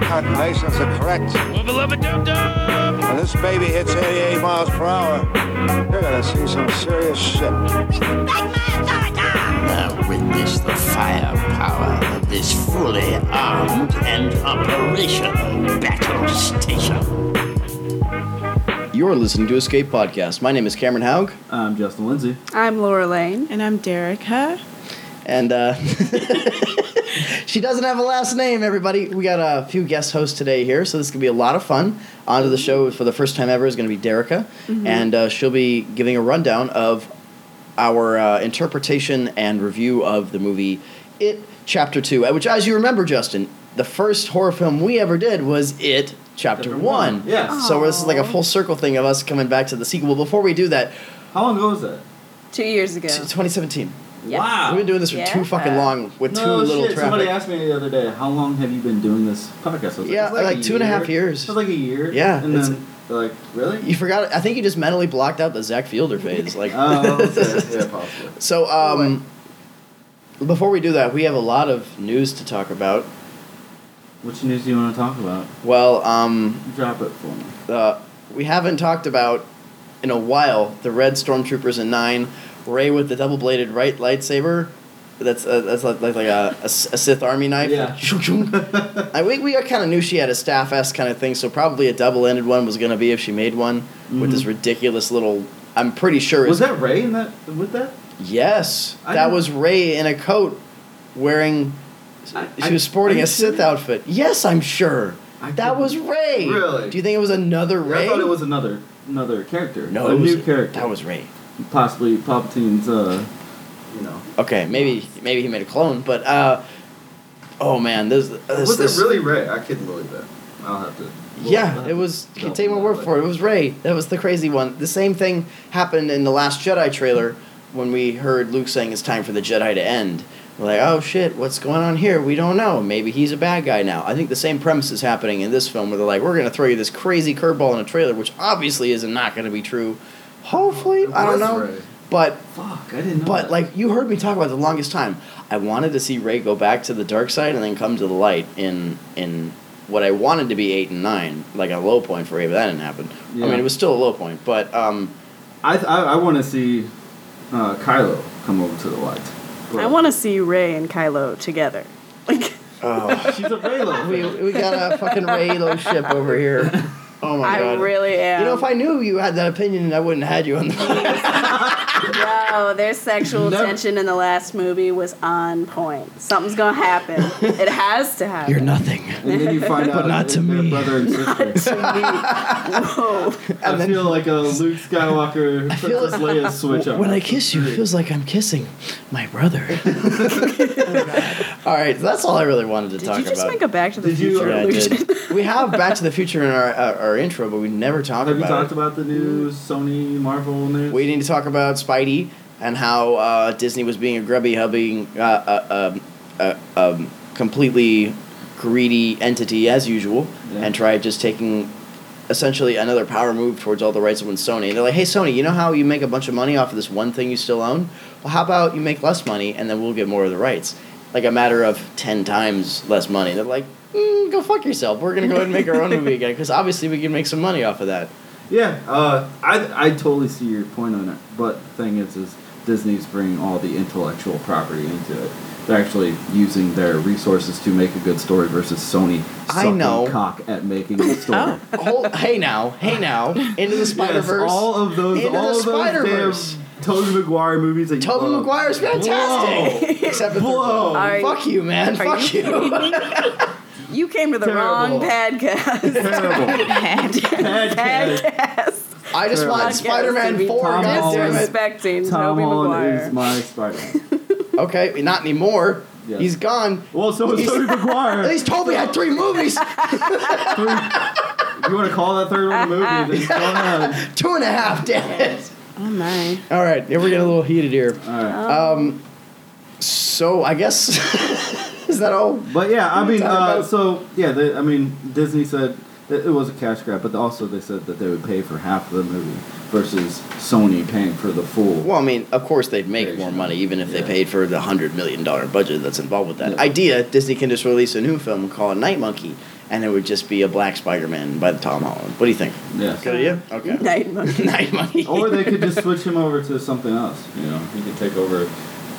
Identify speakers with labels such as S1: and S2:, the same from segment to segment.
S1: calculations are correct,
S2: Well, beloved Dum Dum!
S1: and this baby hits 88 miles per hour, you're gonna see some serious shit.
S3: Now witness the firepower of this fully armed and operational battle station.
S4: You're listening to Escape Podcast. My name is Cameron Haug,
S5: I'm Justin Lindsay.
S6: I'm Laura Lane.
S7: And I'm Derrica.
S4: and uh, she doesn't have a last name, everybody. We got a few guest hosts today here, so this could be a lot of fun. Onto the show for the first time ever is going to be Derica, and uh, she'll be giving a rundown of our uh, interpretation and review of the movie It Chapter 2, uh, which, as you remember, Justin, the first horror film we ever did was It Chapter
S5: Chapter
S4: 1.
S5: one, yes.
S4: So this is like a full circle thing of us coming back to the sequel. Before we do that,
S5: How long ago was that?
S6: Two years ago.
S4: t- 2017.
S6: Yeah.
S5: Wow.
S4: We've been doing this for too
S6: Yeah.
S4: fucking long with
S5: no
S4: too little
S5: shit.
S4: traffic.
S5: Somebody asked me the other day, how long have you been doing this podcast? I was like,
S4: Yeah,
S5: "It's
S4: like
S5: a
S4: two and a
S5: year."
S4: half years.
S5: It was like a year.
S4: Yeah,
S5: And
S4: it's-
S5: then they're like, really?
S4: You forgot. I think you just mentally blocked out the Zach Fielder phase. Like,
S5: oh, okay. yeah, possibly.
S4: so um, before we do that, we have a lot of news to talk about.
S5: Which news do you want to talk about?
S4: Well, um,
S5: Drop it for me.
S4: uh, we haven't talked about in a while the Red Stormtroopers in nine, Ray with the double bladed right lightsaber. That's uh, that's like, like a, a, S- a Sith Army knife.
S5: Yeah.
S4: I think we kind of knew she had a staff S kind of thing, so probably a double ended one was going to be if she made one with this ridiculous little. I'm pretty sure
S5: Mm-hmm. Was
S4: it's
S5: that Ray in that with that?
S4: Yes,
S5: I
S4: that
S5: didn't-
S4: was Ray in a coat, wearing.
S5: I-
S4: She
S5: I-
S4: was sporting
S5: are you
S4: a Sith
S5: serious?
S4: outfit. Yes, I'm sure.
S5: I
S4: that
S5: didn't-
S4: was Ray.
S5: Really?
S4: Do you think it was another
S5: Yeah,
S4: Ray?
S5: I thought it was another another character.
S4: no,
S5: a
S4: it was,
S5: new character.
S4: That was Ray.
S5: possibly Palpatine's. Uh, you know.
S4: Okay, maybe maybe he made a clone, but uh, oh man, this, this
S5: was
S4: this-
S5: it really Ray? I couldn't believe that. I'll have to. we'll have
S4: Yeah,
S5: to
S4: it was.
S5: delve
S4: Can take my
S5: into
S4: word
S5: that
S4: for it.
S5: later.
S4: It was Ray. That was the crazy one. The same thing happened in the Last Jedi trailer when we heard Luke saying it's time for the Jedi to end. We're like, oh shit, what's going on here? We don't know. Maybe he's a bad guy now. I think the same premise is happening in this film where they're like, we're gonna throw you this crazy curveball in a trailer, which obviously is not gonna be true. Hopefully,
S5: It
S4: I don't
S5: was
S4: know.
S5: Ray.
S4: But
S5: Fuck, I didn't know.
S4: but
S5: that.
S4: like you heard me talk about it the longest time, I wanted to see Ray go back to the dark side and then come to the light in in what I wanted to be eight and nine, like a low point for Ray, but that didn't happen.
S5: Yeah.
S4: I mean, it was still a low point, but um,
S5: I th- I, I want to see uh, Kylo come over to the light.
S6: I want to see Ray and Kylo together. Like,
S5: to. She's a Raylo.
S4: we we got a fucking Raylo ship over here. Oh my
S6: I
S4: god!
S6: really am.
S4: you know, if I knew you had that opinion, I wouldn't have had you on the.
S6: Yo, their sexual
S5: Never-
S6: tension in the last movie was on point. Something's gonna happen. it has to happen.
S4: You're nothing.
S5: and then you find out
S4: not
S5: that
S4: to
S5: they're
S4: me.
S5: brother and sister.
S6: Whoa.
S5: I
S4: And then-
S5: feel like a Luke Skywalker Princess Leia switch up.
S4: When I kiss you, it feels like I'm kissing my brother. all right, that's all I really wanted to
S6: Did
S4: talk
S6: you just
S4: about.
S6: make a Back to the
S5: Did you-
S6: Future
S4: Yeah, I
S6: allusion?
S4: did. we have Back to the Future in our uh, our, our intro, but we never talk
S5: Have you
S4: about
S5: talked
S4: it.
S5: about the
S6: Mm.
S5: new Sony Marvel news?
S4: we need to talk about Spidey and how uh, Disney was being a grubby hubbing, uh, uh, um, uh, um, completely greedy entity as usual,
S5: Yeah.
S4: and tried just taking essentially another power move towards all the rights of Sony. And they're like, "Hey, Sony, you know how you make a bunch of money off of this one thing you still own? Well, how about you make less money and then we'll get more of the rights?" Like a matter of ten times less money. They're like, mm, "Go fuck yourself. We're gonna go ahead and make our own movie again because obviously we can make some money off of that."
S5: Yeah, uh, I I totally see your point on it, but the thing is, is Disney's bringing all the intellectual property into it. They're actually using their resources to make a good story versus Sony
S4: I
S5: sucking
S4: know.
S5: cock at making a story.
S4: Hold, hey now, hey now, into the Spider
S5: Yes,
S4: Verse.
S5: all of those,
S4: Into the
S5: all of
S4: Spider-Verse.
S5: those damn Tobey Maguire movies that you
S4: Tobey
S5: love.
S4: Maguire's fantastic, except for the third
S5: Whoa.
S4: one.
S6: Are-
S4: Fuck you, man.
S6: are
S4: Fuck
S6: you
S4: you.
S6: You came to the
S5: Terrible.
S6: wrong podcast.
S5: Terrible. Bad guy.
S6: podcast.
S4: I just want
S6: Podcast
S4: Spider
S6: to
S4: Man
S6: be
S4: Four.
S5: Tom
S4: God damn it.
S6: Disrespecting
S5: Tom
S6: Tobey
S5: Holland is
S6: Maguire.
S5: my Spider.
S4: Okay, not anymore.
S5: Yes.
S4: He's gone.
S5: Well, so is Tobey
S4: At
S5: Maguire.
S4: least Toby had three movies,
S5: you want to call that third one a movie? Then go ahead.
S4: two and a half. Damn it.
S6: Oh my.
S4: All right, yeah, we're getting a little heated here. Um,
S5: All right.
S6: Uh-huh.
S4: So I guess is that all?
S5: But yeah, I mean,
S4: talking
S5: uh,
S4: about-
S5: so yeah, they, I mean, Disney said that it was a cash grab, but also they said that they would pay for half of the movie versus Sony paying for the full.
S4: Well, I mean, of course they'd make more money even if they
S5: Yeah.
S4: paid for the hundred million dollar budget that's involved with that
S5: Yeah.
S4: idea. Disney can just release a new film and call it Night Monkey, and it would just be a black Spider-Man by the Tom Holland. What do you think?
S5: Yes.
S4: Good idea. Okay.
S6: Night Monkey.
S4: Night Monkey.
S5: or they could just switch him over to something else. You know, he could take over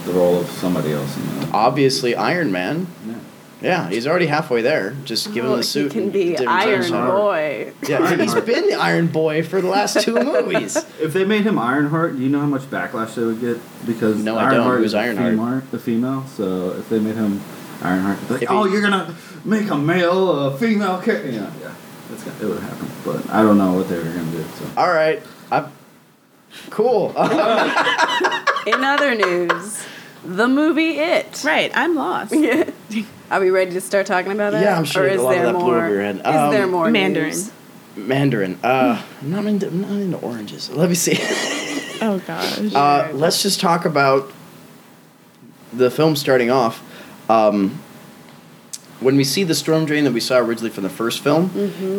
S5: the role of somebody else. You know.
S4: Obviously, Iron Man.
S5: Yeah.
S4: Yeah, he's already halfway there. Just give him
S6: Well,
S4: the suit.
S6: Oh, He can
S4: and
S6: be
S4: different
S6: Iron
S4: times.
S5: Ironheart.
S6: Boy.
S4: Yeah, he's been the Iron Boy for the last two movies.
S5: If they made him Ironheart, do you know how much backlash they would get? Because
S4: No, I don't.
S5: Ironheart
S4: Who's
S5: is a
S4: Ironheart?
S5: female- a female. So if they made him Ironheart, they'd be
S4: If
S5: like,
S4: he-
S5: oh, you're gonna make a male a female character. Yeah, yeah, that's gonna, it would happen. But I don't know what they were gonna do. So
S4: All right. I'm cool.
S6: In other news, the movie It.
S7: Right, I'm lost.
S6: Yeah. Are we ready to start talking about it?
S4: Yeah, I'm sure
S6: Or
S4: a
S6: is
S4: lot of
S6: there
S4: that
S6: more?
S4: blew over your head.
S6: Is
S4: Um,
S6: there more
S7: Mandarin.
S6: news?
S4: Mandarin. Uh, I'm not into, I'm not into oranges. Let me see.
S7: Oh gosh.
S4: Uh, let's just talk about the film starting off. Um, when we see the storm drain that we saw originally from the first film,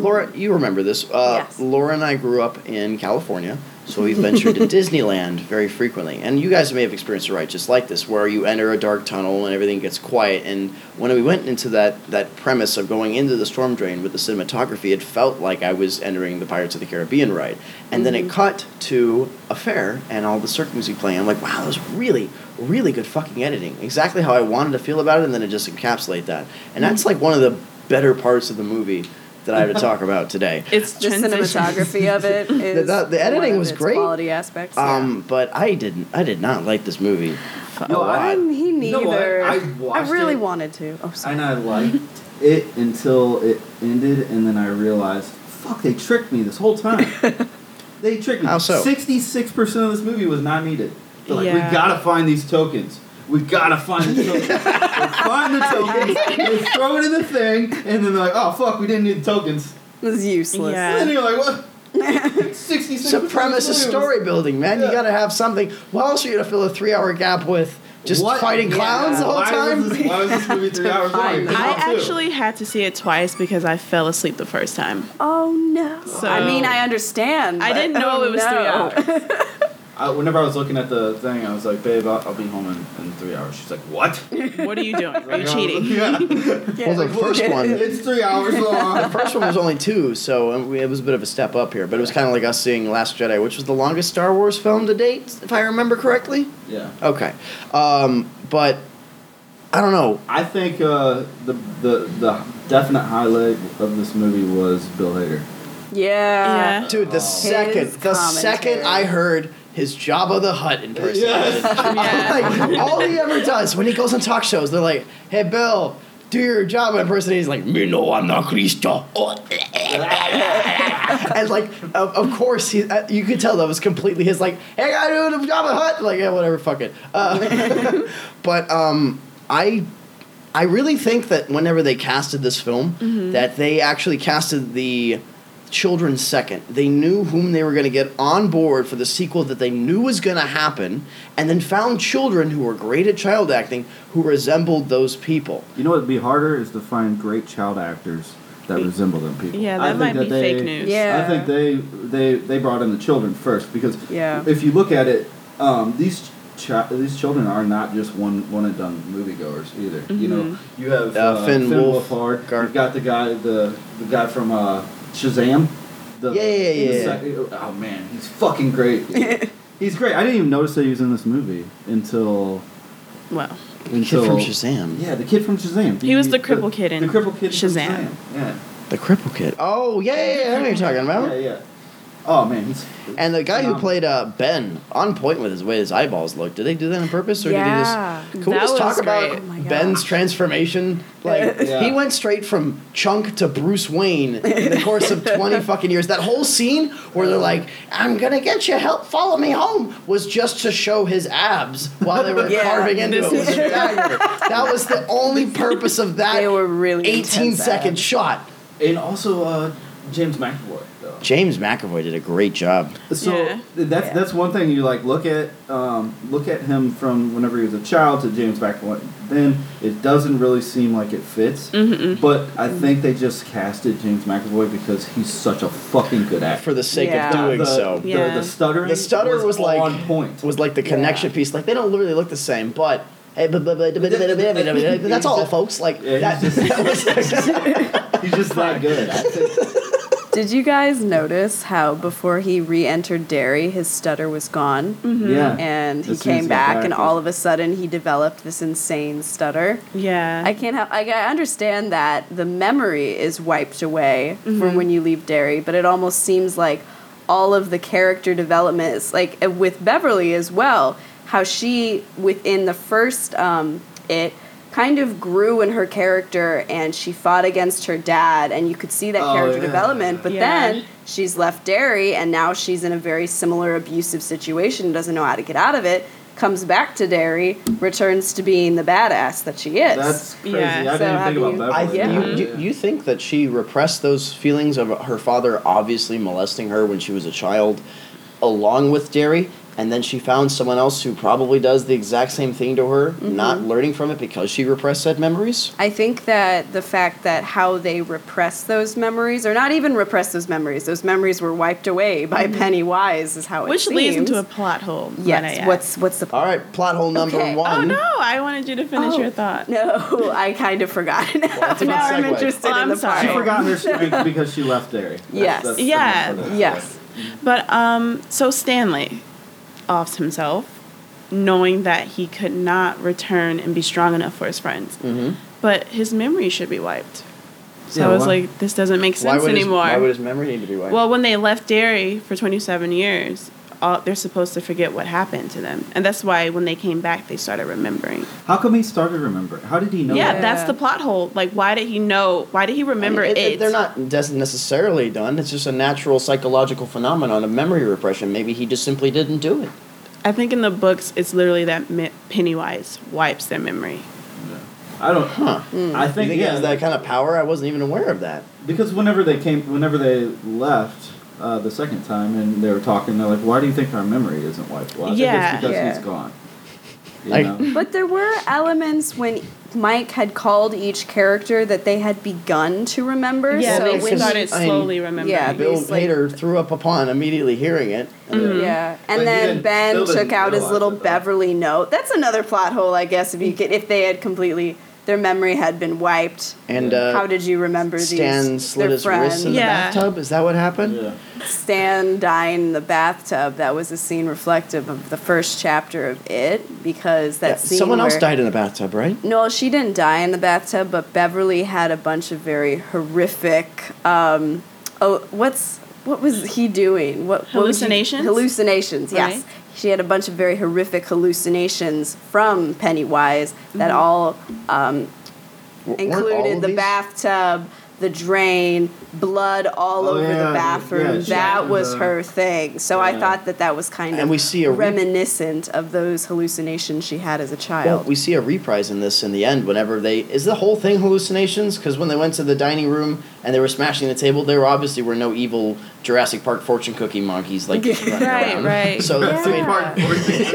S4: Laura, you remember this. Uh,
S6: Yes.
S4: Laura and I grew up in California, so we ventured to Disneyland very frequently. And you guys may have experienced a ride just like this, where you enter a dark tunnel and everything gets quiet. And when we went into that, that premise of going into the storm drain with the cinematography, it felt like I was entering the Pirates of the Caribbean ride. And then it cut to a fair and all the circus music playing. I'm like, wow, that was really, really good fucking editing. Exactly how I wanted to feel about it, and then it just encapsulate that. And that's like one of the better parts of the movie that I have to talk about today.
S7: it's
S6: The cinematography of it is
S4: the- the editing
S6: one of
S4: was
S6: its
S4: great.
S6: Quality aspects. yeah.
S4: Um, but I didn't. I did not like this movie. a
S5: No,
S4: lot.
S5: I-
S6: Mm, he
S5: You know what?
S6: neither.
S5: I
S6: I
S5: watched
S6: really
S5: it.
S6: wanted to. Oh, sorry.
S5: and I liked it until it ended, and then I realized, fuck, they tricked me this whole time. they tricked me.
S4: How so?
S5: Sixty-six percent of this movie was not needed. They're like,
S7: Yeah.
S5: we gotta find these tokens. We gotta find the tokens. They find the tokens. They throw it in the thing, and then they're like, oh fuck, we didn't need the tokens.
S6: It was useless.
S7: Yeah.
S5: And then you're like, what?
S4: It's
S5: Sixty-six.
S4: a premise of story building, man. You
S5: Yeah.
S4: gotta have something. What else are you gonna fill a three hour gap with? Just
S5: What?
S4: fighting
S5: Yeah.
S4: clowns the whole
S5: why
S4: time?
S5: Was this, why was this movie three hours long?
S6: find
S5: It was
S7: I
S5: not two.
S7: actually had to see it twice because I fell asleep the first time.
S6: Oh no.
S7: So-
S6: I mean, I understand.
S7: I
S6: but-
S7: didn't know
S6: oh,
S7: it was
S6: no.
S7: three hours.
S5: I, whenever I was looking at the thing, I was like, babe, I'll, I'll be home in, in three hours. She's like, what?
S7: What are you doing? Are you
S5: Like, I was-
S7: cheating?
S5: Yeah.
S4: Well, the first one.
S5: it's three hours long.
S4: First one was only two, so um, we- it was a bit of a step up here, but it was kind of like us seeing Last Jedi, which was the longest Star Wars film to date, if I remember correctly.
S5: yeah.
S4: Okay, um, but I don't know.
S5: I think uh, the, the the definite highlight of this movie was Bill Hader.
S6: Yeah.
S7: Yeah.
S4: Dude, the second, the second
S6: commentary.
S4: I heard his Jabba the Hutt in person,
S5: Yes.
S7: Yeah.
S4: like all he ever does when he goes on talk shows, they're like, "Hey, Bill, do your job." And person he's like, "Me no, I'm not Christian." and like, of, of course, he, uh, you could tell that was completely his. Like, "Hey, I do the job at Hut." Like, yeah, whatever, fuck it. Uh, but um, I. I really think that whenever they casted this film, that they actually casted the children second. They knew whom they were going to get on board for the sequel that they knew was going to happen, and then found children who were great at child acting who resembled those people.
S5: You know what'd be harder is to find great child actors that resemble them people.
S7: Yeah,
S5: I
S7: that
S5: think
S7: might be
S5: they-
S7: fake news.
S6: Yeah.
S5: I think they they they brought in the children first because
S6: Yeah.
S5: if you look at it, um, these chi- these children are not just one one and done moviegoers either. You know,
S7: Mm-hmm.
S5: you have
S4: Uh,
S5: uh,
S4: Finn
S5: Finn,
S4: Wolf-
S5: Wolfhard.
S4: Gar-
S5: You've got the guy the the guy from uh, Shazam. The,
S4: Yeah, yeah, yeah,
S5: the
S4: yeah.
S5: sec- oh man, he's fucking great. he's great. I didn't even notice that he was in this movie until
S7: Well,
S4: The kid from
S5: until-
S4: Shazam.
S5: Yeah, the kid from Shazam.
S7: He was the cripple kid in
S5: the cripple kid from
S7: Shazam.
S5: Shazam. Yeah.
S4: The cripple kid. Oh, yeah, yeah, yeah, I know what you're talking
S5: Yeah,
S4: about.
S5: yeah. Oh man, he's
S4: And the guy who
S5: phenomenal.
S4: played uh, Ben, on point with his way his eyeballs look. Did they do that on purpose, or
S7: Yeah,
S4: did he just? Can we
S7: that
S4: just talk
S7: was
S4: about
S7: great.
S6: Oh my God.
S4: Ben's transformation? Like
S5: Yeah.
S4: he went straight from Chunk to Bruce Wayne in the course of twenty fucking years. That whole scene where they're like, "I'm gonna get you, help, follow me home," was just to show his abs while they were
S6: Yeah.
S4: carving into it.
S7: This
S4: with
S7: is
S4: a dagger. that was the only purpose of that
S6: They were really
S4: eighteen
S6: intense
S4: second
S6: abs.
S4: shot.
S5: And also uh, James McAvoy. Though.
S4: James McAvoy did a great job.
S5: So
S7: Yeah.
S5: th- that's
S6: Yeah.
S5: that's one thing you like look at um, look at him from whenever he was a child to James McAvoy. Then it doesn't really seem like it fits.
S7: Mm-hmm.
S5: But I think they just casted James McAvoy because he's such a fucking good actor.
S4: For the sake
S6: Yeah.
S4: of doing
S5: the,
S4: so,
S5: the,
S7: Yeah.
S5: the stuttering
S4: The stutter was,
S5: all
S4: like
S5: on point.
S4: was like the connection piece. Like they don't literally look the same, but That's all, folks. Like
S5: Yeah,
S4: that.
S5: he's just, he's just not good.
S6: Did you guys notice how before he re-entered Derry, his stutter was gone,
S5: Yeah.
S6: Mm-hmm. and he
S5: As soon as
S6: came
S5: he got
S6: back, and
S5: back,
S6: all of a sudden he developed this insane stutter.
S7: Yeah.
S6: I can't help. I, I understand that the memory is wiped away
S7: Mm-hmm.
S6: from when you leave Derry, but it almost seems like all of the character development is like uh, with Beverly as well. How she within the first um, it kind of grew in her character, and she fought against her dad, and you could see that
S5: Oh,
S6: character
S5: yeah.
S6: development. But
S7: Yeah.
S6: then she's left Derry, and now she's in a very similar abusive situation. Doesn't know how to get out of it. Comes back to Derry, returns to being the badass that she is.
S5: That's crazy.
S7: Yeah.
S5: I
S6: So
S5: didn't
S6: have
S5: think about
S6: you-
S5: that.
S4: I,
S5: one.
S6: Yeah.
S4: you, you, you think that she repressed those feelings of her father obviously molesting her when she was a child, along with Derry, and then she found someone else who probably does the exact same thing to her,
S6: Mm-hmm.
S4: not learning from it because she repressed said memories?
S6: I think that the fact that how they repress those memories, or not even repress those memories, those memories were wiped away by Pennywise, is how it
S7: Mm-hmm. Which leads
S6: seems.
S7: into a plot hole. might I
S6: yes.
S7: add.
S6: What's what's the
S4: All right, plot hole number
S6: Okay.
S7: Oh
S4: one.
S7: no! I wanted you to finish
S6: Oh.
S7: your thought.
S6: no? I kind of forgot. now
S4: a good
S6: I'm
S4: segue.
S6: interested
S7: Well,
S6: in
S7: I'm
S6: the
S7: sorry.
S5: She
S7: I-
S6: plot.
S5: forgot her streak because she left Derry. That's-
S6: Yes.
S5: that's the
S7: Yeah.
S5: reason for that.
S6: Yes.
S7: But um, so Stanley offs himself, knowing that he could not return and be strong enough for his friends. Mm-hmm. But his memory should be wiped. So
S5: Yeah,
S7: I was
S5: why-
S7: like, this doesn't make
S4: Why
S7: sense
S4: would, his,
S7: anymore.
S4: why would his memory need to be wiped?
S7: well, when they left Derry for 27 years, all, they're supposed to forget what happened to them, and that's why when they came back, they started remembering.
S5: How come he started remembering? How did he know?
S7: yeah,
S5: that?
S7: that's
S6: Yeah.
S7: the plot hole. Like, why did he know? Why did he remember
S4: It-
S7: it?
S4: it- They're not des- necessarily done. It's just a natural psychological phenomenon of memory repression. Maybe he just simply didn't do it.
S7: I think in the books, it's literally that Mi- Pennywise wipes their memory.
S5: I don't.
S6: Mm.
S5: I
S4: You
S5: think,
S4: think he
S5: yeah,
S4: has that kind of power? I wasn't even aware of that.
S5: because whenever they came, whenever they left uh, the second time, and they were talking, they're like, "Why do you think our memory isn't wiped?" Well, I think
S7: Yeah.
S5: it's because
S6: Yeah.
S5: he's gone. You
S4: Like-
S5: know?
S6: But there were elements when Mike had called each character that they had begun to remember.
S7: Yeah,
S4: Well,
S6: so
S7: they
S6: when
S4: because-
S7: started
S4: I mean,
S7: slowly remembering.
S6: yeah,
S4: Bill
S6: He's like-
S4: Hader threw up upon immediately hearing it.
S6: Yeah,
S5: But
S6: and
S5: he
S6: then
S5: didn't-
S6: Ben
S5: still didn't
S6: took out his
S5: realize
S6: little
S5: it, though.
S6: Beverly note. That's another plot hole, I guess. If you could, if they had completely their memory had been wiped,
S4: And uh,
S6: Mm. how did you remember
S4: Stan
S6: these?
S4: slit
S6: their
S4: his wrists in
S7: Yeah.
S4: the bathtub? Is that what happened?
S5: yeah.
S6: Stan dying in the bathtub. That was a scene reflective of the first chapter of it because that
S4: Yeah,
S6: scene.
S4: Someone else
S6: where-
S4: died in a bathtub, right?
S6: No, she didn't die in the bathtub, but Beverly had a bunch of very horrific. Um, oh, what's what was he doing? What what was he-
S7: Hallucinations?
S6: hallucinations. Yes,
S7: Right.
S6: she had a bunch of very horrific hallucinations from Pennywise
S7: Mm-hmm.
S6: that all um,
S4: W- weren't all
S6: included
S4: of
S6: the
S4: these-
S6: bathtub, the drain, blood all
S5: Oh,
S6: over
S5: yeah,
S6: the bathroom.
S5: yeah, she
S6: that
S5: had
S6: was
S5: the-
S6: her thing. So I
S5: Yeah.
S6: thought that that was kind
S4: And
S6: of
S4: we see a re-
S6: reminiscent of those hallucinations she had as a child.
S4: Well, we see a reprise in this in the end. Whenever they is the whole thing hallucinations? Because when they went to the dining room and they were smashing the table, there obviously were no evil Jurassic Park fortune cookie monkeys like running
S7: Right,
S4: around.
S7: right.
S4: So I mean,
S6: Yeah.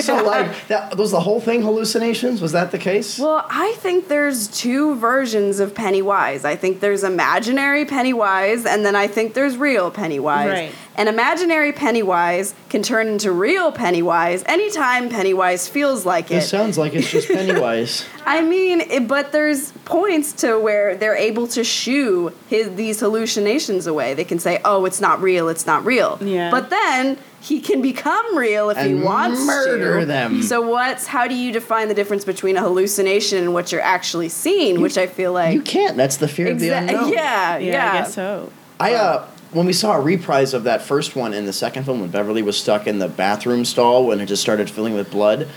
S4: so like that was the whole thing hallucinations. Was that the case?
S6: Well, I think there's two versions of Pennywise. I think there's imaginary Pennywise, and then I think there's real Pennywise.
S7: Right.
S6: And imaginary Pennywise can turn into real Pennywise anytime Pennywise feels like
S4: this
S6: it.
S4: sounds like it's just Pennywise.
S6: I mean, it, but there's points to where they're able to shoo his these hallucinations away. They can say, "Oh, it's not real. It's not real."
S7: Yeah.
S6: But then he can become real if he
S4: And
S6: wants
S4: murder
S6: to.
S4: them.
S6: So what's how do you define the difference between a hallucination and what you're actually seeing? which I feel like
S4: you can't. That's the fear of the
S6: Exa-
S4: unknown.
S6: yeah, yeah,
S7: Yeah, I guess so.
S4: I uh, when we saw a reprise of that first one in the second film when Beverly was stuck in the bathroom stall when it just started filling with blood.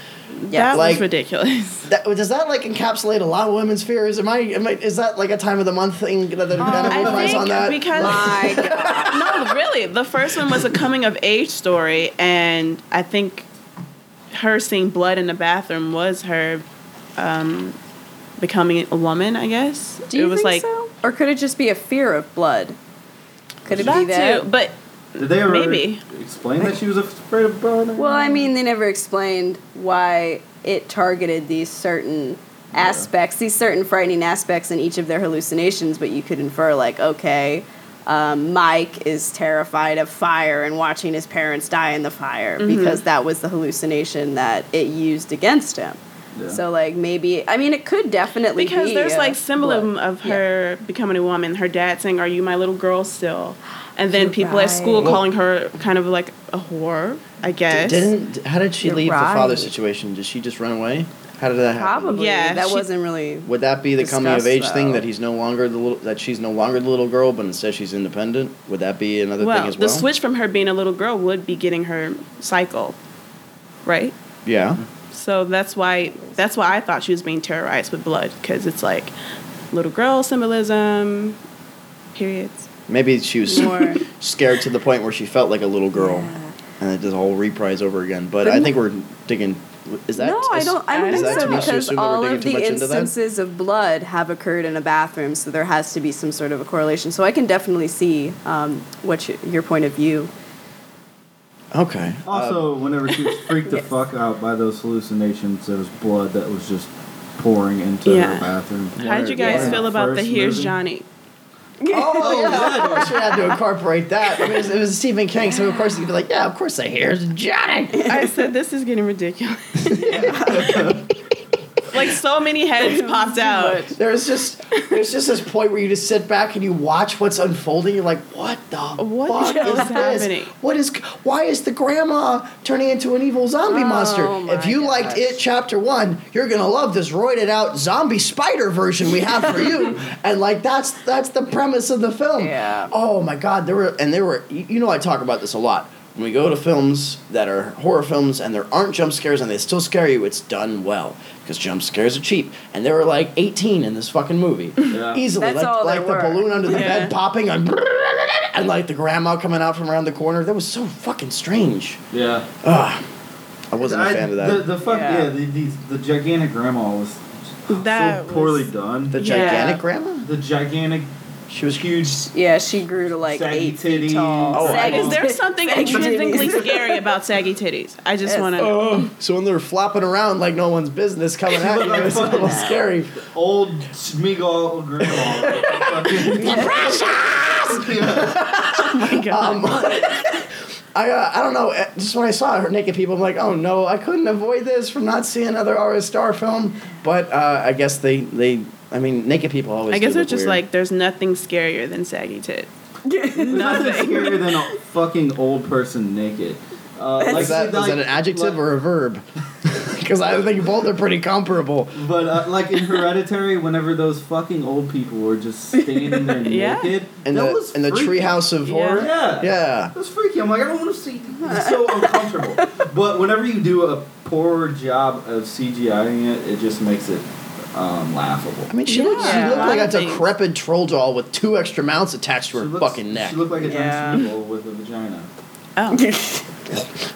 S7: That
S4: Like-
S7: was ridiculous.
S4: That, does that like encapsulate a lot of women's fears? Am I, am I is that like a time of the month thing that that kind of
S7: Um, I
S4: replies
S7: think
S4: on that?
S7: because
S6: My God.
S7: no, really, the first one was a coming of age story, and I think her seeing blood in the bathroom was her um, becoming a woman. I guess
S6: Do you
S7: it was
S6: think
S7: like
S6: so? Or could it just be a fear of blood? Could it be
S7: that
S6: that?
S7: too, but
S5: Did they ever
S7: Maybe.
S5: explain that she was afraid of blood?
S6: Well, I mean, they never explained why it targeted these certain aspects, these certain frightening aspects in each of their hallucinations, but you could infer, like, okay, um, Mike is terrified of fire and watching his parents die in the fire because that was the hallucination that it used against him.
S5: Yeah.
S6: So like maybe I mean it could definitely
S7: because
S6: be
S7: there's
S6: a
S7: like symbolism
S6: blood.
S7: of
S6: Yeah.
S7: her becoming a woman. Her dad saying, "Are you my little girl still?" And then people at school
S4: right.
S7: calling her kind of like a whore, I guess.
S4: Didn't how did she
S6: You're
S4: leave the
S6: right.
S4: father situation? Did she just run away? How did that happen?
S6: Probably.
S7: Yeah,
S6: that
S7: she-
S6: wasn't really.
S4: Would that be the coming of age
S6: Discussed,
S4: thing
S6: though.
S4: that he's no longer the little that she's no longer the little girl, but instead she's independent? Would that be another
S7: well,
S4: thing as
S7: the
S4: well?
S7: switch from her being a little girl would be getting her cycle, right?
S4: Yeah.
S7: So that's why that's why I thought she was being terrorized with blood because it's like little girl symbolism, periods.
S4: Maybe she was
S6: More-
S4: scared to the point where she felt like a little girl,
S6: Yeah.
S4: and it does a whole reprise over again. But,
S6: But
S4: I
S6: no-
S4: think we're digging. Is that
S6: no, I
S4: is-
S6: don't. I don't
S4: is
S6: think
S4: that
S6: so
S4: too much to
S6: because
S4: assume that we're
S6: all
S4: digging
S6: of
S4: too
S6: the
S4: much into that?
S6: instances of blood have occurred in a bathroom, so there has to be some sort of a correlation. So I can definitely see um, what you, your point of view.
S4: Okay. Uh,
S5: Also, whenever she was freaked the
S6: Yes.
S5: fuck out by those hallucinations, there was blood that was just pouring into
S7: Yeah.
S5: her bathroom.
S7: How did you guys
S5: Yeah.
S7: feel about the
S5: First
S7: "Here's
S5: movie.
S7: Johnny"?
S4: Oh, yeah, of course you had to incorporate that. I mean, it was, it was Stephen King, so of course you'd be like, yeah, of course I hear it's Johnny.
S7: I said this is getting ridiculous. like so many heads popped out.
S4: There's just there's just this point where you just sit back and you watch what's unfolding. You're like, what the fuck
S7: What the hell
S4: is
S7: is
S4: this?
S7: happening?
S4: What is why is the grandma turning into an evil zombie
S6: Oh
S4: monster?
S6: my
S4: If you liked
S6: gosh.
S4: it chapter one, you're gonna love this roided out zombie spider version we have for you. and like that's that's the premise of the film.
S6: Yeah.
S4: Oh my god, there were and there were you you know I talk about this a lot. When we go to films that are horror films and there aren't jump scares and they still scare you, it's done well because jump scares are cheap. And there were like 18 in this fucking movie.
S5: Yeah.
S4: Easily.
S6: That's
S4: like
S6: all there
S4: like the
S6: were.
S4: balloon under the
S7: Yeah.
S4: bed popping and, and like the grandma coming out from around the corner. That was so fucking strange.
S5: Yeah.
S4: Ugh. I wasn't a
S5: I-
S4: fan of that.
S5: The, the fuck
S6: Yeah.
S5: yeah, the, these, the gigantic grandma was
S7: That
S5: so poorly
S7: was-
S5: done.
S4: The
S5: The,
S7: Yeah.
S4: gigantic grandma?
S5: gigantic
S4: She was
S5: huge
S6: Yeah, she grew to like
S5: saggy
S6: eight
S5: titties.
S6: feet tall.
S4: Oh, I-
S7: Is there something
S6: Saggy
S7: intrinsically
S6: titties.
S7: scary about saggy titties? I just
S6: Yes.
S7: want to.
S4: Oh, so when they're flopping around like no one's business coming at you, it was a little scary.
S5: old Smeagol grandma. Precious!
S7: my god!
S4: Um, I, uh, I don't know. uh, Just when I saw her naked people, I'm like, oh no, I couldn't avoid this from not seeing another R.S. Star film. But uh, I guess they, they, I mean, naked people always.
S7: I guess
S4: do
S7: they're
S4: look
S7: just
S4: weird.
S7: like there's nothing scarier than saggy tit.
S5: Nothing scarier than a fucking old person naked. Uh, like,
S4: Is that, is
S5: like-
S4: that an adjective
S5: like-
S4: or a verb? Because I think both are pretty comparable.
S5: But uh, like in Hereditary, whenever those fucking old people were just standing there
S7: Yeah.
S5: naked,
S4: In
S5: that
S4: the
S5: was
S4: in the
S5: freaky.
S4: treehouse of
S7: Yeah.
S4: horror.
S5: Yeah.
S4: Yeah.
S5: It was freaky. I'm like, I don't want to see. It's so uncomfortable. But whenever you do a poor job of CGIing it, it just makes it um, laughable.
S4: I mean, she looked, she
S7: Yeah.
S4: looked like
S7: Yeah.
S4: a decrepit troll doll with two extra mounts attached to her
S5: She looks-
S4: fucking neck.
S5: She looked like a
S6: Yeah.
S5: giant seagull with a vagina.
S7: Oh,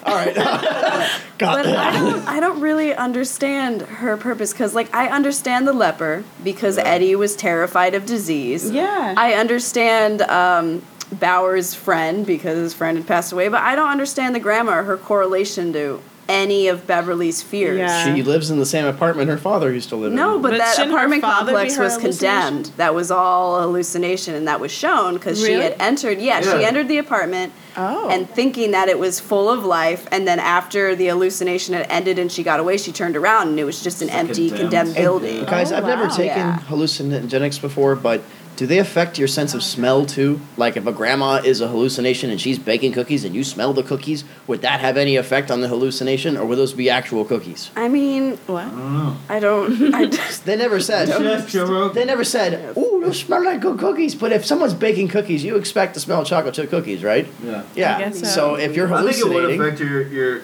S4: All right. God.
S6: But I don't, I don't really understand her purpose because, like, I understand the leper because Eddie was terrified of disease.
S7: Yeah.
S6: I understand um, Bauer's friend because his friend had passed away, but I don't understand the grandma or her correlation to any of Beverly's fears.
S7: Yeah.
S4: she lives in the same apartment her father used to live in.
S6: No, but,
S7: But
S6: that
S7: shouldn't her
S6: apartment
S7: father be
S6: complex
S7: her
S6: was condemned.
S7: hallucination?
S6: That was all a hallucination, and that was shown because she
S7: Really?
S6: had entered. Yeah, she
S5: Yeah.
S6: entered the apartment.
S7: Oh.
S6: And thinking that it was full of life, and then after the hallucination had ended and she got away, she turned around and it was just an
S5: It's like
S6: empty,
S5: condemned.
S6: condemned
S5: And-
S6: building.
S5: Yeah.
S4: Guys,
S7: Oh,
S4: I've never
S7: wow.
S4: taken
S6: Yeah.
S4: hallucinogenics before, but do they affect your sense of smell too? Like if a grandma is a hallucination and she's baking cookies and you smell the cookies, would that have any effect on the hallucination or would those be actual cookies?
S6: I mean,
S7: what?
S5: I don't know.
S6: I don't. I just,
S4: They never said.
S5: Yes, Joe Rogan.
S4: They never said, "Ooh, those smell like good cookies." But if someone's baking cookies, you expect to smell chocolate chip cookies, right?
S5: Yeah.
S4: Yeah.
S7: I guess so.
S4: if you're
S5: I think it would
S4: hallucinating,
S5: affect your your,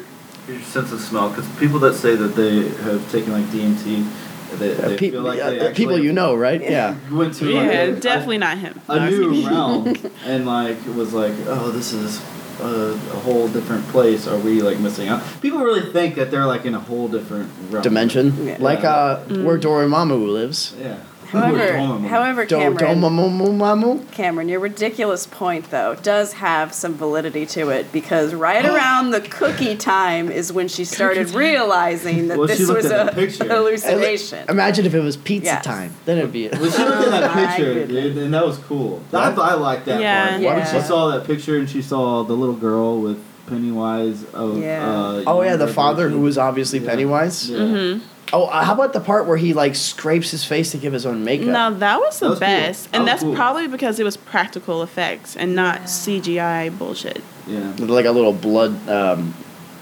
S5: your sense of smell because people that say that they have taken like DMT, they,
S4: uh,
S5: they
S4: pe-
S5: feel like
S4: uh,
S5: they
S4: uh,
S5: actually
S4: people you know, right? Yeah.
S5: went to like,
S7: Yeah,
S5: a-
S7: definitely not him.
S5: a,
S7: No,
S5: new realm and like it was like oh this is a, a whole different place. Are we like missing out? People really think that they're like in a whole different realm.
S4: Dimension,
S6: Yeah.
S4: like uh, where Dorimamu lives.
S5: Yeah.
S6: however, however,
S4: Do-
S6: Cameron,
S4: Domamu?
S6: Cameron, your ridiculous point though does have some validity to it because right around the cookie time is when she started realizing that
S5: Well, she
S6: this
S5: looked
S6: was
S5: at the
S6: a
S5: picture.
S6: hallucination.
S4: Imagine if it was pizza
S6: Yes.
S4: time. Then it'd be.
S5: Well, she looked at that
S6: my
S5: picture,
S6: goodness.
S5: dude, and that was cool. I, I like that
S7: Yeah.
S5: part.
S6: Yeah.
S5: She saw that picture and she saw the little girl with Pennywise. Of,
S6: Yeah.
S5: Uh,
S4: Oh yeah, the Oh, father who was obviously
S5: Yeah.
S4: Pennywise.
S6: Mm-hmm.
S5: Yeah.
S4: Oh, uh, how about the part where he like scrapes his face to give his own makeup?
S7: No, that was the
S5: That was cool.
S7: best, and
S5: That was
S7: that's
S5: cool.
S7: probably because it was practical effects and not CGI bullshit.
S5: Yeah.
S4: With, like a little blood, um,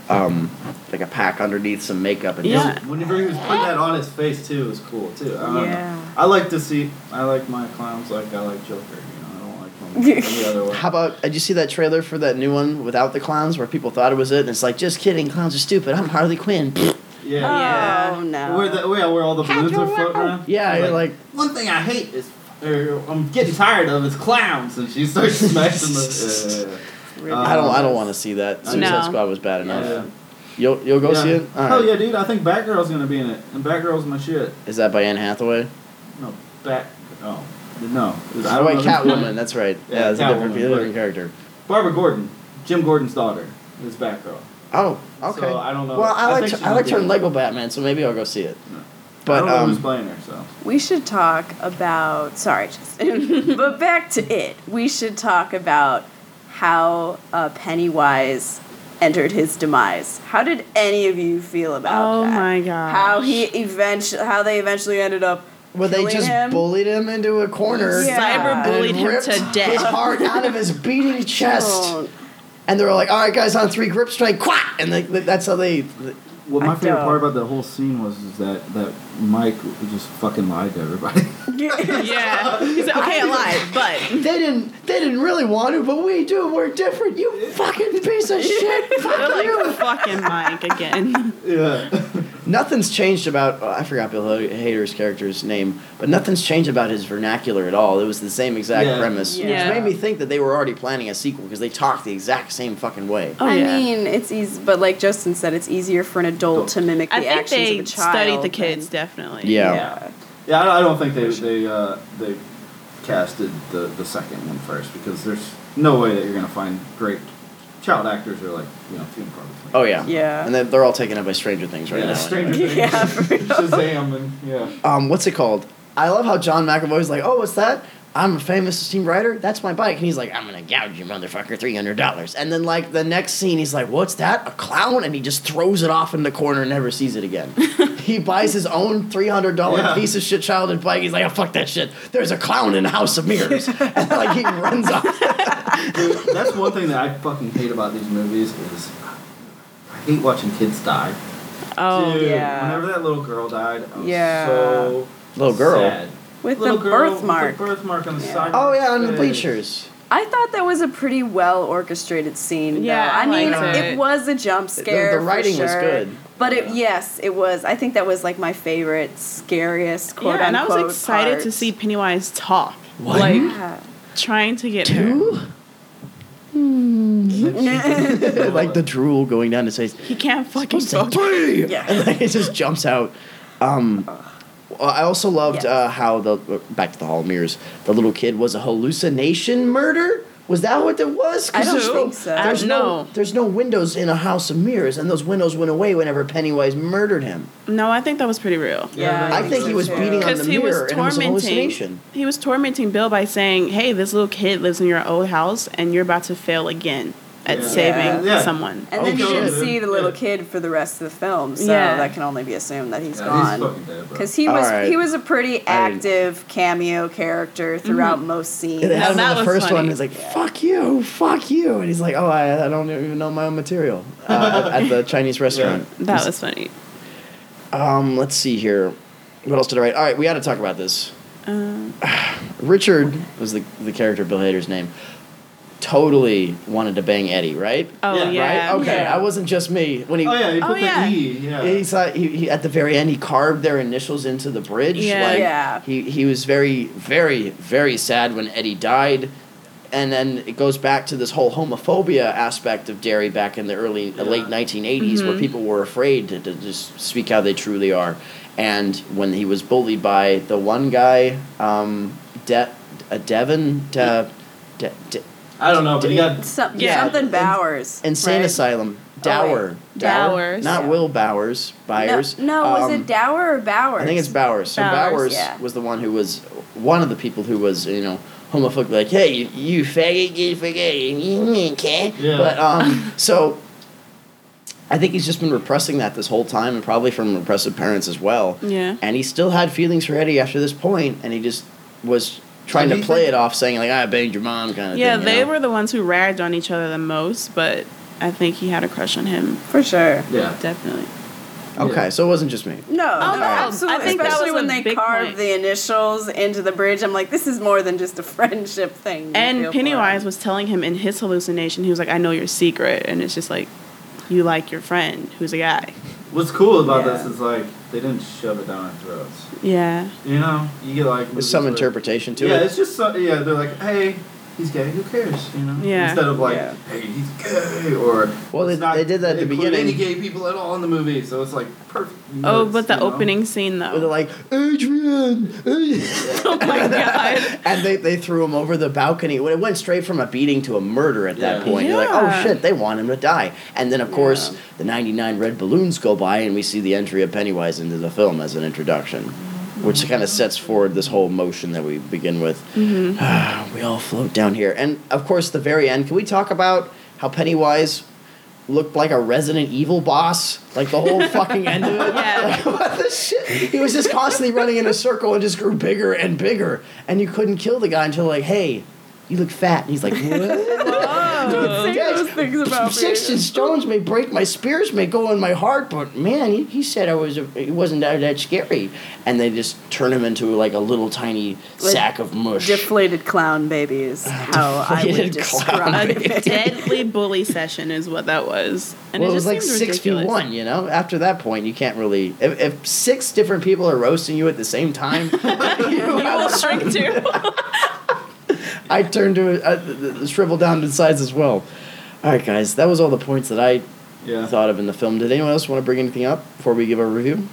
S4: um, like a pack underneath some makeup. And
S7: Yeah.
S5: Whenever he was putting that on his face too, it was cool too. I don't
S6: Yeah.
S5: know. I like to see. I like my clowns like I like Joker. You know, I don't like them any other way.
S4: How about uh, did you see that trailer for that new one without the clowns, where people thought it was it, and it's like just kidding, clowns are stupid. I'm Harley Quinn.
S5: Yeah.
S6: Oh no.
S5: Where the yeah, where all the balloons are floating around.
S4: yeah, you're like
S5: one thing I hate is. Or I'm getting tired of is clowns, and she starts smashing the.
S4: I don't, I don't want to see that.
S5: No.
S4: Suicide Squad was bad
S5: Um, Yeah.
S4: enough. You'll, you'll go
S5: Yeah.
S4: see it. All right.
S5: Hell yeah, dude! I think Batgirl's gonna be in it, and Batgirl's my shit.
S4: Is that by Anne Hathaway?
S5: No, Bat. Oh, no. I
S4: Oh
S5: don't
S4: wait,
S5: know.
S4: Catwoman. That's right.
S5: Yeah,
S4: Yeah, it's a different,
S5: Catwoman,
S4: different
S5: right.
S4: character.
S5: Barbara Gordon, Jim Gordon's daughter, is Batgirl.
S4: Oh, okay.
S5: So, uh, I don't know.
S4: Well, I,
S5: I
S4: like
S5: think
S4: liked
S5: she
S4: I
S5: might
S4: liked
S5: be
S4: her in
S5: in it.
S4: Lego Batman, so maybe I'll go see it.
S5: No. I
S4: But
S5: don't know who's
S4: um,
S5: playing her, so.
S6: We should talk about. Sorry, Justin. but back to it. We should talk about how uh, Pennywise entered his demise. How did any of you feel about
S7: Oh
S6: that?
S7: my gosh.
S6: How he eventually, how they eventually ended up.
S4: well, they
S6: killing
S4: just
S6: him.
S4: bullied him into a corner.
S6: Yeah.
S7: Cyber
S4: and
S7: bullied him
S4: ripped
S7: to
S4: His
S7: death.
S4: heart out of his beating chest,
S6: Don't.
S4: and they were like, "All right, guys, on three grip strike, quack!" And they, that's how they.
S5: Well,
S6: I
S5: my favorite
S6: don't.
S5: part about the whole scene was is that, that Mike just fucking lied to everybody.
S7: Oh, Yeah, he's like, okay, I lied, but
S4: They didn't. They didn't really want to, but we do. We're different. You fucking piece of shit. Fuck
S7: they're
S4: you.
S7: like fucking Mike again.
S5: yeah.
S4: Nothing's changed about. oh, I forgot Bill H- Hader's character's name, but nothing's changed about his vernacular at all. It was the same exact
S5: Yeah.
S4: premise,
S7: Yeah.
S4: which made me think that they were already planning a sequel because they talk the exact same fucking way.
S7: Oh
S6: I
S7: yeah.
S6: mean, it's easy, but like Justin said, it's easier for an adult to mimic the
S7: I think
S6: actions
S7: they
S6: of a child.
S7: studied the
S6: than-
S7: kids definitely.
S4: Yeah.
S6: Yeah.
S5: Yeah, I don't- I don't think they they uh, they casted the the second one first because there's no way that you're gonna find great child actors who are like you know few and far between.
S4: Oh yeah.
S6: Yeah.
S4: And they're, they're all taken up by Stranger Things right
S5: yeah,
S4: now.
S5: Stranger Things,
S6: Yeah, for real.
S5: Shazam, and yeah.
S4: um, what's it called? I love how John McAvoy's like, oh, what's that? I'm a famous esteemed writer. That's my bike. And he's like, I'm going to gouge you, motherfucker, $300. And then, like, the next scene, he's like, what's that? A clown? And he just throws it off in the corner and never sees it again. he buys his own $300
S5: Yeah.
S4: piece of shit childhood bike. He's like, oh, fuck that shit. There's a clown in the House of Mirrors. and, like, he runs off.
S5: Dude, that's one thing that I fucking hate about these movies is I hate watching kids die.
S7: Oh
S5: Dude,
S6: yeah.
S5: Whenever that little girl died, I was
S6: Yeah.
S5: so
S4: Little girl.
S5: sad.
S6: With
S5: little
S6: the
S5: girl
S6: birthmark.
S5: With the birthmark on the
S6: Yeah.
S5: side.
S4: Oh, yeah, on the
S5: Hey.
S4: bleachers.
S6: I thought that was a pretty well orchestrated scene.
S7: Yeah,
S6: Yeah,
S7: I
S6: I mean,
S7: liked
S6: it.
S7: it.
S6: was a jump scare.
S4: the
S6: for
S4: writing was
S6: sure.
S4: good.
S6: but it yes, it was. I think that was like my favorite, scariest quote
S7: yeah, and I
S6: unquote.
S7: was excited to
S6: part.
S7: see Pennywise talk,
S4: What?
S7: like
S6: Yeah.
S7: trying to get her.
S4: Two? like, the drool going down his face.
S7: He can't fucking
S4: Supposed to
S7: talk.
S4: be.
S6: Yeah.
S4: And like, it just jumps out. Um, well, I also loved
S6: Yeah.
S4: uh, how the back to the Hall of Mirrors, the little kid was a hallucination murder. Was that what it was? 'Cause
S6: I don't
S4: there's no-
S6: think so.
S4: There's
S7: No.
S4: no, there's no windows in a house of mirrors, and those windows went away whenever Pennywise murdered him.
S7: No, I think that was pretty real.
S6: Yeah,
S4: I think he was
S6: too.
S4: beating on
S7: Because
S4: the
S7: he
S4: mirror,
S7: was
S4: and it was a
S7: tormenting.
S4: hallucination.
S7: He was tormenting Bill by saying, "Hey, this little kid lives in your old house, and you're about to fail again at
S5: Yeah.
S7: saving
S5: Yeah.
S7: someone."
S6: And then
S4: Oh,
S6: you
S4: shit.
S6: didn't see the little
S5: Yeah.
S6: kid for the rest of the film, so
S7: Yeah.
S6: that can only be assumed that he's
S5: Yeah, he's
S6: gone.
S5: fucking dead, bro.
S6: Because he was
S4: Alright.
S6: he was a
S4: I
S6: pretty
S4: didn't-
S6: active cameo character throughout
S7: Mm-hmm.
S6: most scenes.
S4: And they had him
S7: that
S4: in the
S7: was
S4: first
S7: funny.
S4: one. He's like, "Fuck you, fuck you," and he's like, "Oh, I, I don't even know my own material uh, at, at the Chinese restaurant."
S7: That was funny.
S4: Um, let's see here. What else did I write? All right, we got to talk about this.
S7: Um,
S4: Richard was the, the character Bill Hader's name. Totally wanted to bang Eddie, right?
S7: oh
S5: Yeah,
S7: yeah,
S5: right?
S7: yeah.
S4: right? Okay,
S5: yeah.
S4: I wasn't just me when he.
S5: Oh yeah, he
S7: Oh,
S5: put the
S7: yeah.
S5: E. Yeah.
S4: He saw he, he at the very end. He carved their initials into the bridge.
S7: Yeah.
S4: like,
S6: Yeah.
S4: He he was very very very sad when Eddie died, and then it goes back to this whole homophobia aspect of Derry back in the early the late
S5: Yeah.
S4: 1980s, where people were afraid to, to just speak how they truly are, and when he was bullied by the one guy, um, De- uh, Devin, De- De- De-
S5: I don't know, but he got
S6: Some,
S7: Yeah.
S6: something
S4: In-
S6: Bowers.
S4: insane
S6: right? Oh,
S4: asylum. Dower,
S7: Bowers.
S4: not
S6: Yeah.
S4: Will Bowers. Byers.
S6: No, no was
S4: Um,
S6: it Dower or Bowers?
S4: I think it's Bowers. So
S7: Bowers,
S4: Bowers,
S6: yeah.
S4: was the one who was one of the people who was you know homophobic, like hey you, you faggot, you faggot, you okay.
S5: Yeah.
S4: But um, so I think he's just been repressing that this whole time, and probably from repressive parents as well.
S7: Yeah.
S4: And he still had feelings for Eddie after this point, and he just was trying
S5: And
S4: to
S5: he
S4: play
S5: did-
S4: it off, saying like, "I banged your mom," kind of
S7: Yeah,
S4: thing. you
S7: they
S4: know?
S7: were the ones who ragged on each other the most, but I think he had a crush on him.
S6: for sure.
S5: Yeah.
S7: Definitely.
S4: Okay,
S5: Yeah.
S4: so it wasn't just me.
S6: No,
S7: Oh,
S6: no,
S7: no,
S6: absolutely.
S7: I think that
S6: Especially
S7: was
S6: when
S7: a
S6: they
S7: big
S6: carved
S7: point.
S6: the initials into the bridge. I'm like, this is more than just a friendship thing. you feel
S7: And
S6: for him.
S7: Pennywise was telling him in his hallucination, he was like, I know your secret. And it's just like, you like your friend who's a guy.
S5: What's cool about
S6: Yeah.
S5: this is like they didn't shove it down our throats.
S7: Yeah.
S5: You know, you get like
S4: There's some
S5: movies where-
S4: interpretation to
S5: yeah,
S4: it.
S5: it's just so, yeah. They're like, hey, he's gay. Who cares? You know.
S7: Yeah.
S5: Instead of like,
S6: Yeah.
S5: hey, he's gay, or
S4: Well,
S5: "Let's
S4: they- they did that at the
S5: include Any
S4: beginning.
S5: gay people at all in the movie? So it's like perfect.
S7: Oh,
S5: mix,
S7: but the
S5: you know?
S7: opening scene, though.
S4: Where they're like, Adrian, Adrian.
S7: oh my God.
S4: and they, they threw him over the balcony. Well, It went straight from a beating to a murder at that
S5: Yeah.
S4: point. You're like, oh
S7: Yeah.
S4: shit, they want him to die. And then, of course, the 99 red balloons go by, and we see the entry of Pennywise into the film as an introduction, which kind of sets forward this whole motion that we begin with.
S7: Mm-hmm.
S4: we all float down here. And, of course, the very end, can we talk about how Pennywise looked like a Resident Evil boss, like the whole fucking end of it.
S7: Yeah.
S4: Like, what the shit? He was just constantly running in a circle and just grew bigger and bigger, and you couldn't kill the guy until like, hey, you look fat, and he's like, what?
S6: Don't say
S4: Guys,
S6: those things about me.
S4: Sixteen stones may break my spears may go in my heart, but man, he, he said I was a, he wasn't that, that scary, and they just turn him into like a little tiny
S6: Like
S4: sack of mush.
S6: Deflated clown babies. How I would
S4: Deflated clown
S6: describe
S7: A
S6: it.
S7: deadly bully session is what that was. And
S4: well,
S7: it
S4: it was
S7: just
S4: like
S7: seemed
S4: six feet
S7: ridiculous.
S4: one, you know. After that point, you can't really. If, if six different people are roasting you at the same time, you
S7: Well, shrink too.
S4: I turned to uh, th- th- shrivel down in size as well. All right, guys, that was all the points that I
S5: Yeah.
S4: thought of in the film. Did anyone else want to bring anything up before we give our review?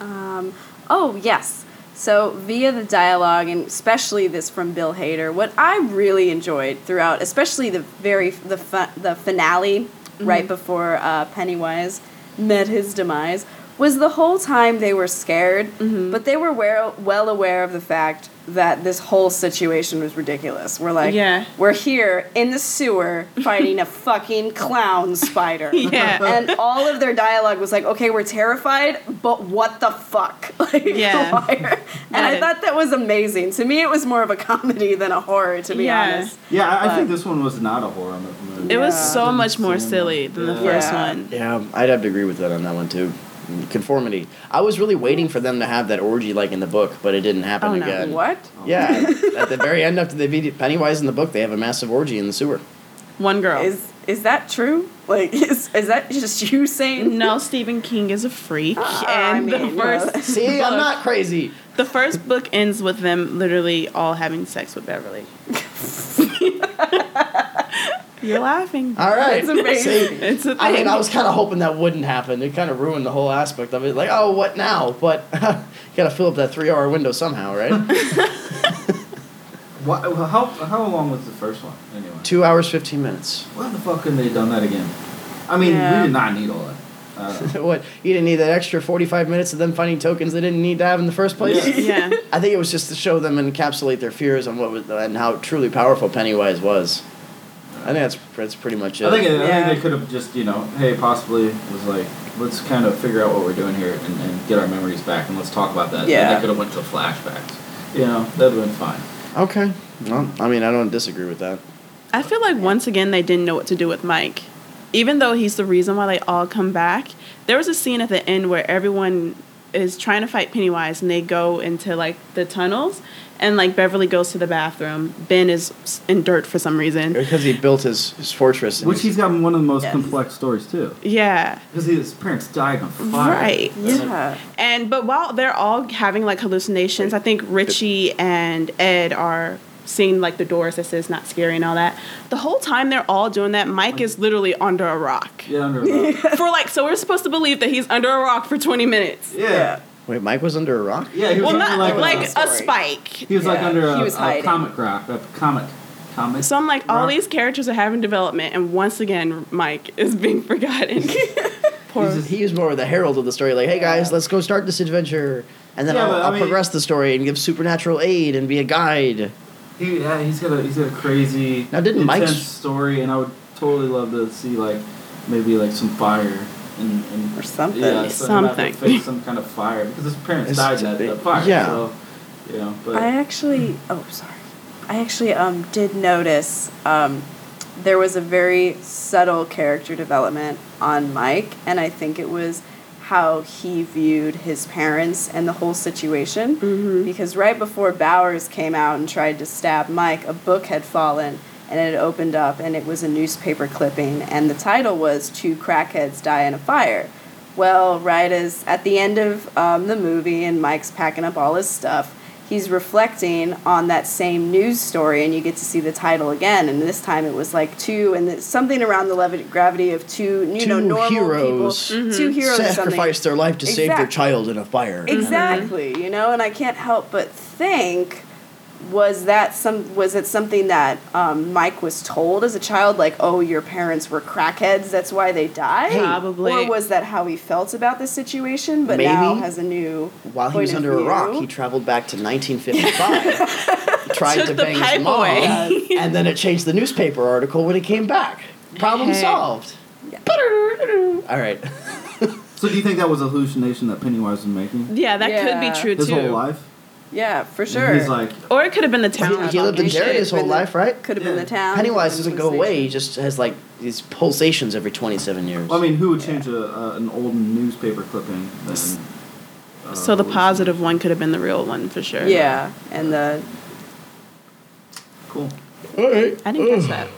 S6: Oh, yes. So, via the dialogue, and especially this from Bill Hader, what I really enjoyed throughout, especially the very the fi- the finale
S7: Mm-hmm.
S6: right before uh, Pennywise met his demise, was the whole time they were scared,
S7: Mm-hmm.
S6: but they were well, well aware of the fact that this whole situation was ridiculous. We're like,
S7: Yeah.
S6: we're here in the sewer fighting a fucking clown spider.
S7: Yeah.
S6: And all of their dialogue was like, okay, we're terrified, but what the fuck? Like,
S7: Yeah.
S6: the wire. And I
S7: That-
S6: thought that was amazing. To me, it was more of a comedy than a horror, to be
S7: Yeah.
S6: honest.
S5: Yeah, I, I think
S6: But-
S5: this one was not a horror movie.
S7: It was
S6: Yeah.
S7: so much more
S5: Same.
S7: silly than the
S5: Yeah.
S7: first
S6: Yeah.
S7: one.
S4: Yeah, I'd have to agree with that on that one too. Conformity. I was really waiting for them to have that orgy like in the book, but it didn't happen
S7: Oh, no.
S4: again.
S6: What?
S4: Yeah, at the very end after they beat Pennywise in the book, they have a massive orgy in the sewer.
S7: One girl.
S6: Is is that true? Like, is, is that just you saying?
S7: no, Stephen King is a freak,
S4: Ah,
S6: I
S7: and
S6: mean,
S7: the first
S6: yeah.
S4: See, I'm
S7: Book.
S4: not crazy.
S7: the first book ends with them literally all having sex with Beverly. You're laughing.
S4: All right.
S6: That's amazing.
S4: See,
S7: It's a thing.
S4: I mean, I was kind of hoping that wouldn't happen. It kind of ruined the whole aspect of it. Like, oh, what now? But you got to fill up that three hour window somehow, right?
S5: Why, well, how how long was the first one anyway?
S4: Two hours, 15 minutes.
S5: Why the fuck couldn't they have done that again? I mean,
S7: Yeah.
S5: we did not need all that. Uh, I don't know.
S4: what? You didn't need that extra 45 minutes of them finding tokens they didn't need to have in the first place?
S5: Yeah.
S7: yeah.
S4: I think it was just to show them and encapsulate their fears on what was, and how truly powerful Pennywise was. I think that's, that's pretty much it.
S5: I think, it, I
S6: Yeah.
S5: think they could have just, you know, hey, possibly was like, let's kind of figure out what we're doing here and, and get our memories back and let's talk about that. And
S6: Yeah.
S5: They could have went to flashbacks. You know, that'd have been fine.
S4: okay. Well, I mean, I don't disagree with that.
S7: I feel like once again they didn't know what to do with Mike. Even though he's the reason why they all come back, there was a scene at the end where everyone is trying to fight Pennywise and they go into like the tunnels and like Beverly goes to the bathroom. Ben is s- in dirt for some reason.
S4: Because he built his, his fortress. and
S5: Which he's got one of the most
S6: Yes.
S5: complex stories too,
S7: Yeah.
S5: because his parents died on fire.
S7: Right.
S6: Yeah.
S7: And but while they're all having like hallucinations, I think Richie and Ed are seeing like the doors that says not scary and all that. The whole time they're all doing that, Mike is literally under a rock.
S5: Yeah, under the
S7: For like so we're supposed to believe that he's under a rock for 20 minutes.
S5: Yeah.
S4: Wait, Mike was under a rock?
S5: Yeah, he was
S7: Well,
S5: under
S7: not
S5: like,
S7: like,
S5: a-
S7: a,
S6: story.
S7: spike.
S5: he was like
S6: Yeah,
S5: under a,
S6: he was
S5: a
S6: hiding.
S5: comic rock, a comic, comic.
S7: So I'm like, all
S5: rock.
S7: these characters are having development, and once again, Mike is being forgotten. Poor.
S5: He's just-
S4: He was more the herald of the story, like, "Hey guys, let's go start this adventure," and then
S5: Yeah,
S4: I'll,
S5: but, I
S4: I'll
S5: mean-
S4: progress the story and give supernatural aid and be a guide.
S5: He yeah, he's got a he's got a crazy
S4: Now, didn't
S5: intense
S4: Mike's-
S5: story, and I would totally love to see like maybe like some fire and, and
S6: Or something.
S5: Yeah, some- have to
S7: Something.
S5: fix some kind of fire because his parents
S4: It's
S5: died in
S4: to
S5: that,
S4: be-
S5: that fire.
S4: yeah.
S5: So, you know, but
S6: I actually, oh, sorry. I actually um, did notice um, there was a very subtle character development on Mike, and I think it was how he viewed his parents and the whole situation. Because right before Bowers came out and tried to stab Mike, a book had fallen and it had opened up, and it was a newspaper clipping, and the title was Two Crackheads Die in a Fire. Well, right as at the end of um, the movie, and Mike's packing up all his stuff, he's reflecting on that same news story, and you get to see the title again. And this time it was like two, and it's something around the levi- gravity of two, you know,
S4: Two
S6: normal
S4: heroes
S6: people, Mm-hmm. two heroes, or something.
S4: sacrifice their life to save their
S6: Exact-
S4: child in a fire.
S6: Exactly, you know, and I can't help but think was that some was it something that um, Mike was told as a child like oh your parents were crackheads that's why they died
S7: Probably.
S6: or was that how he felt about the situation but
S4: Maybe.
S6: now has a new
S4: While he
S6: point
S4: was
S6: of
S4: under a rock,
S6: view?
S4: he traveled back to 1955, tried
S7: Took
S4: to
S7: the
S4: bang
S7: pipe
S4: his mom, Uh,
S7: away.
S4: and then it changed the newspaper article when it came back. Problem
S7: Hey.
S4: solved. All right.
S5: so do you think that was a hallucination that Pennywise was making
S7: Yeah, that could be
S6: Yeah.
S7: true
S5: his
S7: too.
S5: whole life?
S6: yeah for
S5: And
S6: sure
S5: He's like,
S7: Or it could have been the town.
S4: he lived in
S6: Shit,
S4: Derry his whole
S6: been the-
S4: life, right?
S6: could have been
S5: Yeah.
S6: the town
S4: Pennywise
S6: could have
S4: doesn't
S6: been
S4: go
S6: the
S4: away. He just has like these pulsations every 27 years.
S5: well, I mean, who would change a, a, an old newspaper clipping? Than, uh,
S7: so the
S5: hallucination?
S7: positive one could have been the real one for sure.
S6: yeah and the
S5: Cool.
S4: all right.
S7: I didn't catch that.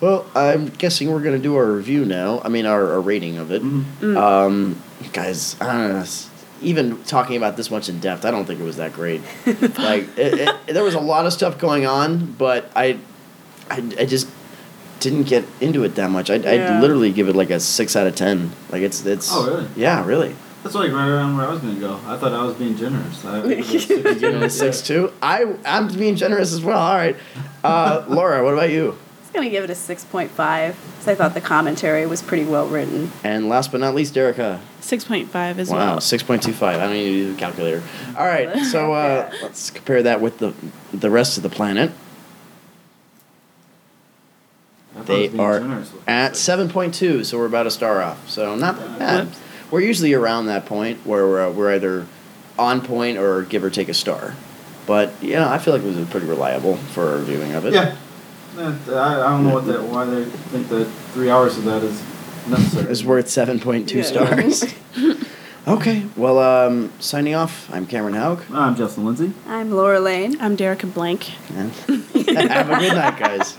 S4: Well, I'm guessing we're gonna do our review now. I mean, our, our rating of it.
S5: Mm-hmm.
S4: Um, guys, I don't know. s- Even talking about this much in depth, I don't think it was that great. like, it, it, there was a lot of stuff going on, but I, I, I just didn't get into it that much. I,
S6: Yeah.
S4: I'd literally give it like a six out of ten. Like, it's it's.
S5: Oh, really?
S4: Yeah, really.
S5: That's like right around where I was gonna go. I thought I was being generous. I,
S4: You know, six two. I I'm being generous as well. All right, uh, Laura, what about you?
S6: I was gonna give it a six point five because I thought the commentary was pretty well written
S4: And last but not least, Erica.
S7: Six point five as
S4: Wow,
S7: well.
S4: six point two five. I don't need to use a calculator. All right, so uh, let's compare that with the the rest of the planet.
S5: I thought I was
S4: They
S5: being
S4: are
S5: generous with
S4: at
S5: this.
S4: seven point two, so we're about a star off. So not bad.
S7: Whoops.
S4: We're usually around that point where we're, uh, we're either on point or give or take a star. But you know, I feel like it was pretty reliable for our viewing of it.
S5: Yeah. Uh, I, I don't know what that, why they think that three hours of that is necessary.
S4: is worth 7.2
S6: Yeah.
S4: stars. okay, well, um, signing off, I'm Cameron Haug.
S5: I'm Justin Lindsay.
S6: I'm Laura Lane
S7: I'm Derek Blank.
S4: and Have a good night, guys.